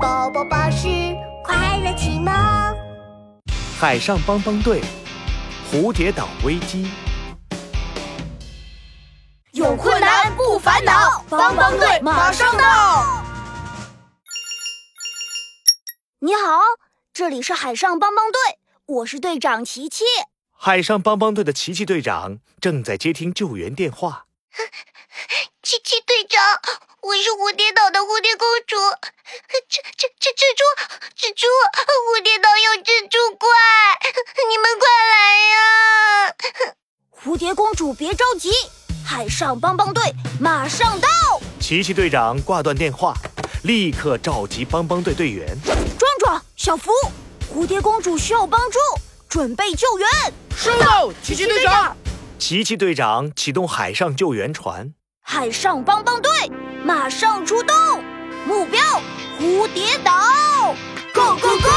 宝宝巴士快乐启蒙。海上帮帮队，蝴蝶岛危机。有困难不烦恼，帮帮队马上到。你好，这里是海上帮帮队，我是队长琪琪。海上帮帮队的琪琪队长正在接听救援电话。琪琪队长，我是蝴蝶岛的蝴蝶公主，蜘蜘蜘蜘蛛蜘蛛，蝴蝶岛有蜘蛛怪，你们快来呀！蝴蝶公主别着急，海上帮帮队马上到。琪琪队长挂断电话，立刻召集帮帮队队员。壮壮、小福，蝴蝶公主需要帮助，准备救援。收到，琪琪队长。琪琪队长启动海上救援船。海上帮帮队马上出动，目标蝴蝶岛，Go Go Go！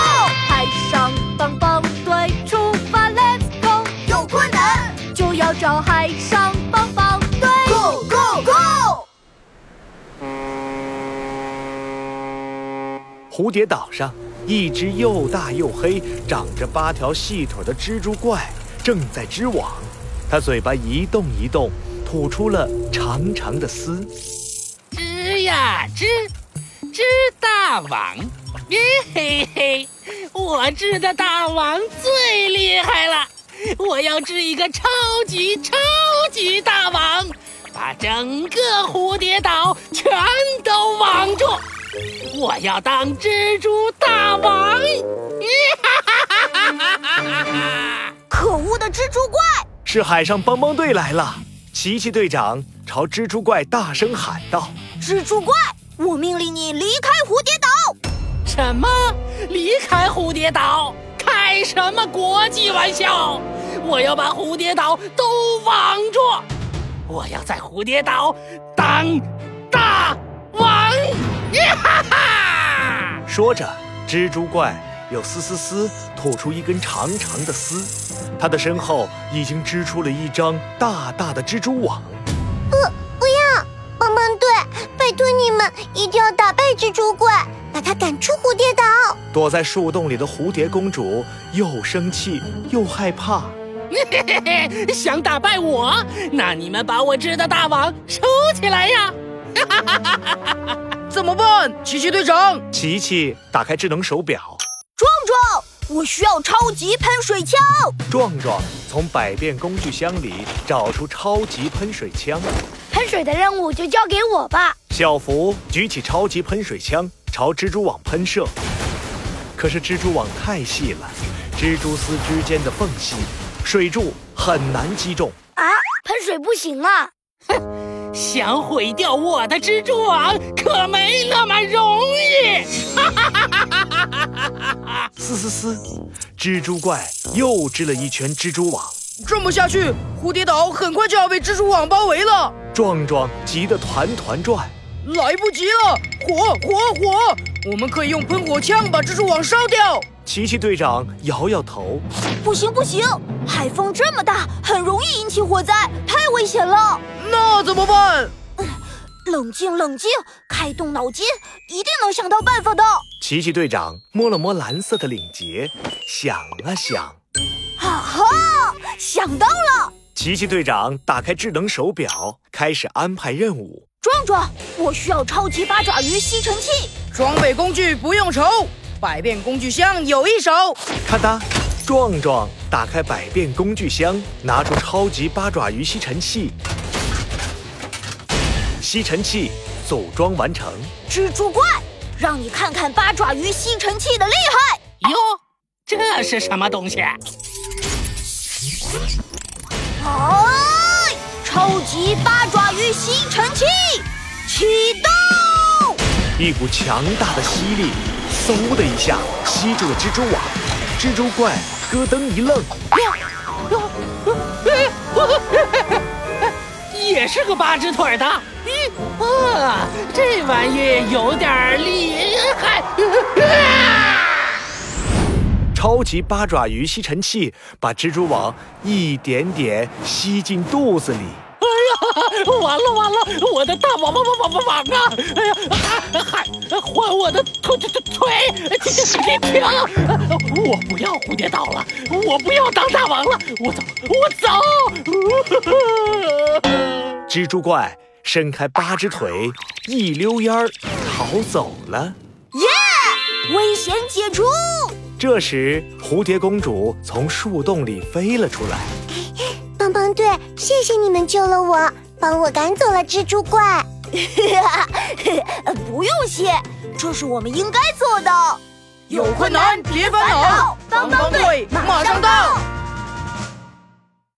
海上帮帮队出发，Let's go！有困难就要找海上帮帮队，Go Go Go！蝴蝶岛上，一只又大又黑、长着八条细腿的蜘蛛怪正在织网，它嘴巴一动一动，吐出了长长的丝。织呀织，织大王，咦嘿嘿，我织的大王最厉害了！我要织一个超级超级大网，把整个蝴蝶岛全都网住！我要当蜘蛛大王！可恶的蜘蛛怪，是海上帮帮队来了！琪琪队长朝蜘蛛怪大声喊道蜘蛛怪，我命令你离开蝴蝶岛！什么？离开蝴蝶岛？开什么国际玩笑！我要把蝴蝶岛都网住！我要在蝴蝶岛当大王！呀哈哈！：“说着，蜘蛛怪又嘶嘶嘶吐出一根长长的丝，它的身后已经织出了一张大大的蜘蛛网。帮帮队，拜托你们一定要打败蜘蛛怪，把它赶出蝴蝶岛。躲在树洞里的蝴蝶公主又生气又害怕。嘿嘿，想打败我？那你们把我织的大网收起来呀！怎么办，琪琪队长？琪琪打开智能手表，壮壮，我需要超级喷水枪！壮壮从百变工具箱里找出超级喷水枪，喷水的任务就交给我吧。小福举起超级喷水枪朝蜘蛛网喷射。可是蜘蛛网太细了，蜘蛛丝之间的缝隙，水柱很难击中。啊，喷水不行啊！想毁掉我的蜘蛛网可没那么容易。嘶嘶嘶，蜘蛛怪又织了一圈蜘蛛网。这么下去，蝴蝶岛很快就要被蜘蛛网包围了，壮壮急得团团转。来不及了！火火火！我们可以用喷火枪把蜘蛛网烧掉。琪琪队长摇摇头，不行不行，海风这么大，很容易引起火灾，太危险了。那怎么办？冷静，冷静，开动脑筋，一定能想到办法的。琪琪队长摸了摸蓝色的领结，想啊想。哈哈，想到了！琪琪队长打开智能手表，开始安排任务。壮壮，我需要超级八爪鱼吸尘器。装备工具不用愁，百变工具箱有一手。咔哒，壮壮打开百变工具箱，拿出超级八爪鱼吸尘器。吸尘器组装完成。蜘蛛怪，让你看看八爪鱼吸尘器的厉害！哟，这是什么东西？哎，超级八爪鱼吸尘器启动！一股强大的吸力，嗖的一下吸住了蜘蛛网。蜘蛛怪咯噔一愣，也是个八只腿儿的。咦，啊，这玩意有点儿厉害。超级八爪鱼吸尘器把蜘蛛网一点点吸进肚子里。哎呦，完了完了，我的大王王王王王王啊！哎呀，还还还我的腿腿腿腿！停停停！我不要蝴蝶岛了，我不要当大王了，我走，我走！蜘蛛怪伸开八只腿，一溜烟儿逃走了。危险解除，这时，蝴蝶公主从树洞里飞了出来。帮帮队，谢谢你们救了我，帮我赶走了蜘蛛怪。 不用谢，这是我们应该做的。有困难别烦恼，帮帮队马上到。